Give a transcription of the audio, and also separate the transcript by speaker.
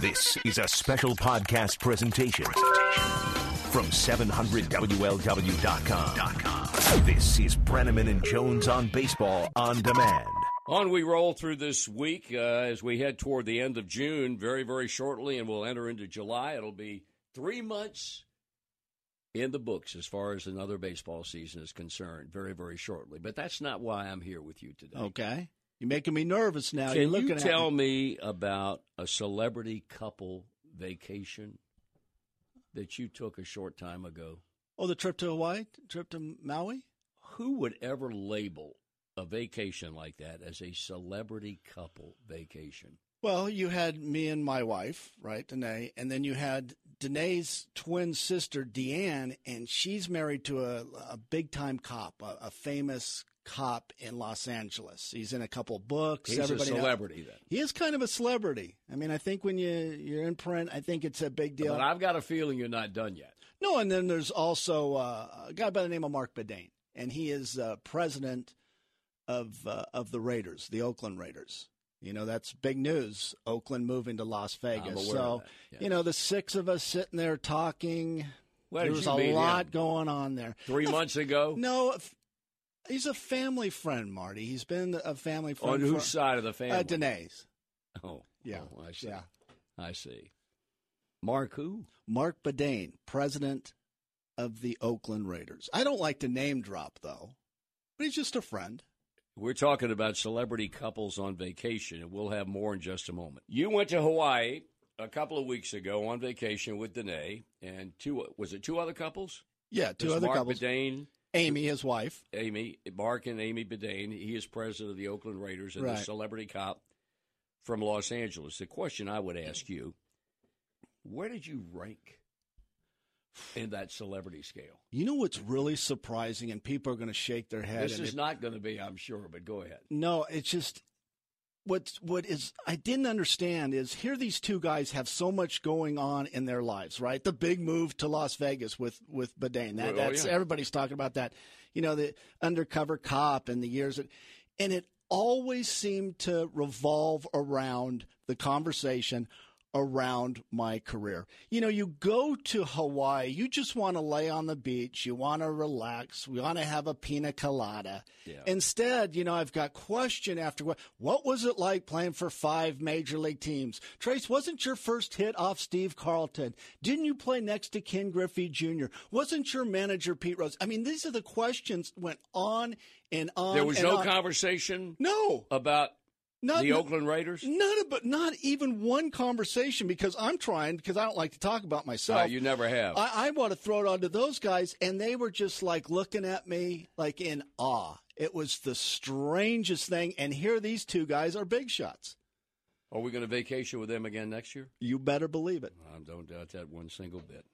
Speaker 1: This is a special podcast presentation from 700WLW.com. This is Brenneman and Jones on Baseball on Demand.
Speaker 2: On we roll through this week uh, as we head toward the end of June, very, very shortly, and we'll enter into July. It'll be three months in the books as far as another baseball season is concerned, very, very shortly. But that's not why I'm here with you today.
Speaker 3: Okay. You're making me nervous Oh, now. You're
Speaker 2: Can
Speaker 3: looking
Speaker 2: you
Speaker 3: at
Speaker 2: tell
Speaker 3: me.
Speaker 2: me about a celebrity couple vacation that you took a short time ago?
Speaker 3: Oh, the trip to Hawaii, trip to Maui.
Speaker 2: Who would ever label a vacation like that as a celebrity couple vacation?
Speaker 3: Well, you had me and my wife, right, Danae, and then you had Danae's twin sister Deanne, and she's married to a, a big time cop, a, a famous cop in Los Angeles. He's in a couple books.
Speaker 2: He's a
Speaker 3: Everybody knows-
Speaker 2: celebrity then.
Speaker 3: He is kind of a celebrity. I mean, I think when you you're in print, I think it's a big deal.
Speaker 2: But I've got a feeling you're not done yet.
Speaker 3: No, and then there's also uh, a guy by the name of Mark Bedane, and he is uh, president of uh, of the Raiders, the Oakland Raiders. You know that's big news. Oakland moving to Las Vegas.
Speaker 2: aware of
Speaker 3: so
Speaker 2: that, yeah.
Speaker 3: you know the six of us sitting there talking.
Speaker 2: Where
Speaker 3: there
Speaker 2: did
Speaker 3: was
Speaker 2: you
Speaker 3: a
Speaker 2: meet
Speaker 3: lot
Speaker 2: him?
Speaker 3: going on there.
Speaker 2: Three months ago?
Speaker 3: No, if- he's a family friend, Marty. He's been a family friend.
Speaker 2: On
Speaker 3: for-
Speaker 2: whose side of the family?
Speaker 3: Uh, Danae's.
Speaker 2: Oh,
Speaker 3: Yeah,
Speaker 2: oh, I see.
Speaker 3: yeah.
Speaker 2: I see. Mark who?
Speaker 3: Mark Bedane, president of the Oakland Raiders. I don't like to name drop though, but he's just a friend.
Speaker 2: We're talking about celebrity couples on vacation, and we'll have more in just a moment. You went to Hawaii a couple of weeks ago on vacation with Danae and two. Was it two other couples?
Speaker 3: Yeah, two
Speaker 2: There's
Speaker 3: other
Speaker 2: Mark
Speaker 3: couples.
Speaker 2: Bedane,
Speaker 3: Amy, his wife.
Speaker 2: Amy, Mark and Amy Bedane. He is president of the Oakland Raiders and the
Speaker 3: Right.
Speaker 2: celebrity cop from Los Angeles. The question I would ask you: Where did you rank in that celebrity scale?
Speaker 3: You know what's really surprising, and people are going to shake their head.
Speaker 2: This
Speaker 3: and
Speaker 2: is
Speaker 3: it-
Speaker 2: not going to be, I'm sure, but go ahead.
Speaker 3: no, it's just what's what is I didn't understand is here these two guys have so much going on in their lives, right? The big move to Las Vegas with with Bedane. That,
Speaker 2: Oh,
Speaker 3: that's
Speaker 2: yeah.
Speaker 3: everybody's talking about that. You know, the undercover cop and the years, that, and it always seemed to revolve around the conversation around my career. You know, you go to Hawaii, you just want to lay on the beach, you want to relax, we want to have a pina colada.
Speaker 2: Yeah.
Speaker 3: Instead, you know, I've got question after what what was it like playing for five major league teams? Trace, wasn't your first hit off Steve Carlton? Didn't you play next to Ken Griffey Jr.? Wasn't your manager Pete Rose? I mean, these are the questions went on and on.
Speaker 2: There was
Speaker 3: Uh, and Uh,
Speaker 2: no
Speaker 3: on.
Speaker 2: conversation
Speaker 3: No,
Speaker 2: about
Speaker 3: not
Speaker 2: the Oakland Raiders?
Speaker 3: Not about not even one conversation because I'm trying because I don't like to talk about myself.
Speaker 2: Uh, you never have.
Speaker 3: I, I want to throw it onto those guys, and they were just like looking at me like in awe. It was the strangest thing. And here these two guys are big shots.
Speaker 2: Are we going to vacation with them again next year?
Speaker 3: You better believe it.
Speaker 2: I don't doubt that one single bit.